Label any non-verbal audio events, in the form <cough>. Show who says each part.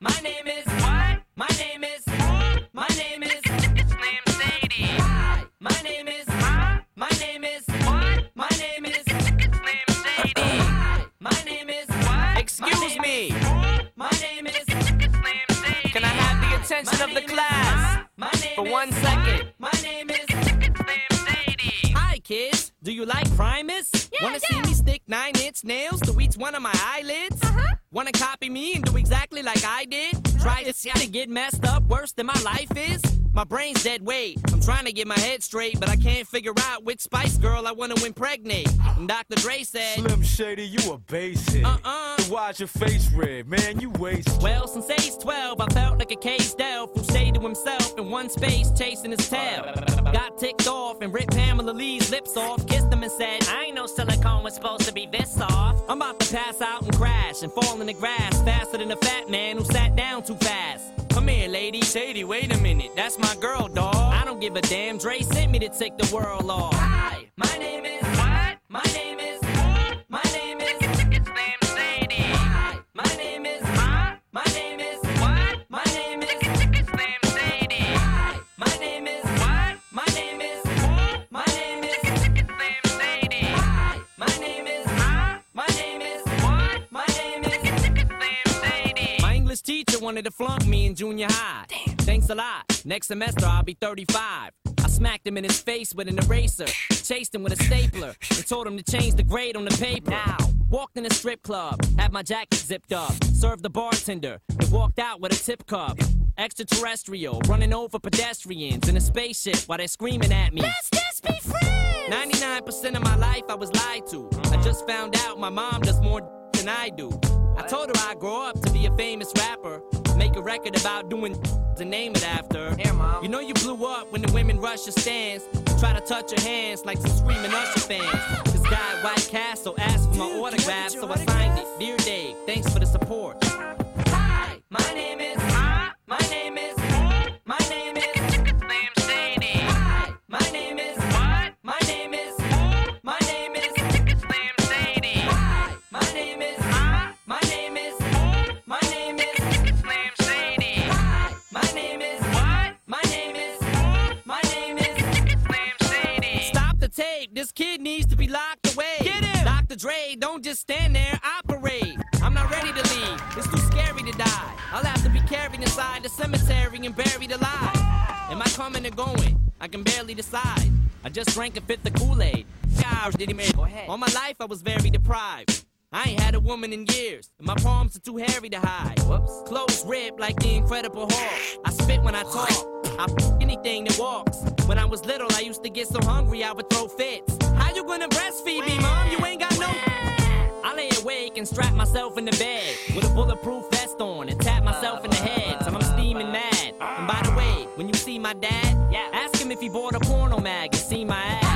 Speaker 1: My name is what? My name is huh? My name is it's name Sadie. Hi. My name is huh? My name is what? My name is it's name Sadie. Hi. My name is what?
Speaker 2: Excuse
Speaker 1: My name
Speaker 2: me.
Speaker 1: is huh? My name is it's name Sadie.
Speaker 2: Can I have the attention
Speaker 1: My
Speaker 2: of the
Speaker 1: name is
Speaker 2: class?
Speaker 1: huh? My name
Speaker 2: For
Speaker 1: is
Speaker 2: one
Speaker 1: what?
Speaker 2: second.
Speaker 1: My name is it's name Sadie.
Speaker 2: Hi, kids. Do you like Primus?
Speaker 3: Yeah,
Speaker 2: Wanna see
Speaker 3: yeah.
Speaker 2: me stick nine inch nails to each one of my eyelids?
Speaker 3: Uh-huh.
Speaker 2: Wanna copy me and do exactly like I did? Try to see how to get messed up worse than my life is? My brain's dead weight. I'm trying to get my head straight, but I can't figure out which Spice Girl I wanna impregnate. And Dr. Dre said,
Speaker 4: Slim Shady, you a basic.
Speaker 2: Uh-uh.
Speaker 4: So Why's your face red, man? You wasted.
Speaker 2: Well, since age 12, I felt like a caged elf who stayed to himself in one space chasing his tail. Got ticked off and ripped Pamela Lee's lips off, kissed him and said, I ain't no silicone was supposed to be this soft. I'm about to pass out and crash and fall in the grass faster than a fat man who sat down too fast. Come here, lady. Shady, wait a minute. That's my girl, dawg. I don't give a damn. Dre sent me to take the world off.
Speaker 1: Hi, my name is what? My name is what? My name is it's name Sadie. Hi, my name is huh? My name is what? My name is it's name Sadie. Hi, my name is what? My name is what? My name is it's name Sadie. Hi, my name is huh? My name is what? My name is it's name Sadie.
Speaker 2: My English teacher wanted to flunk me in junior high. Damn. Thanks a lot. Next semester I'll be 35. I smacked him in his face with an eraser, chased him with a stapler, and told him to change the grade on the paper. Now, walked in a strip club, had my jacket zipped up, served the bartender, and walked out with a tip cup. Extraterrestrial, running over pedestrians in a spaceship while they're screaming at me.
Speaker 3: Let's just be friends.
Speaker 2: 99% of my life I was lied to. I just found out my mom does more than I do. I told her I'd grow up to be a famous rapper, make a record about doing and name it after.
Speaker 1: Yeah, Mom.
Speaker 2: You know you blew up when the women rush your stands, try to touch your hands like some screaming Usher fans. This guy at White Castle asked for my autograph, so I signed it. Dear Dave, thanks for the support.
Speaker 1: Hi, my name is huh? My name is My name is it's <laughs> name Sadie. Hi, my name is what? My name is My name is it's name Sadie. Hi, my name is huh? My name is My name is it's name Sadie. Hi, my name is what? My name is My name is it's name Sadie.
Speaker 2: Stop the tape. This kid needs to be locked away. Get him. Dr. Dre, don't just stand there. Operate. I'm not ready to leave. It's too scary to die. I'll have to be carried inside the cemetery and buried alive. Am I coming or going? I can barely decide. I just drank a fifth of Kool-Aid. Gosh, did he make
Speaker 1: Go ahead.
Speaker 2: All my life I was very deprived. I ain't had a woman in years, and my palms are too hairy to hide.
Speaker 1: Whoops.
Speaker 2: Close rib like the Incredible Hulk. I spit when I talk. I f- anything that walks. When I was little, I used to get so hungry I would throw fits. How you gonna breastfeed me, mom? You ain't got no. I lay awake and strap myself in the bed with a bulletproof vest on and tap myself in the head till I'm steaming mad. And by the way, when you see my dad,
Speaker 1: Yeah.
Speaker 2: ask him if he bought a porno mag and see my ass.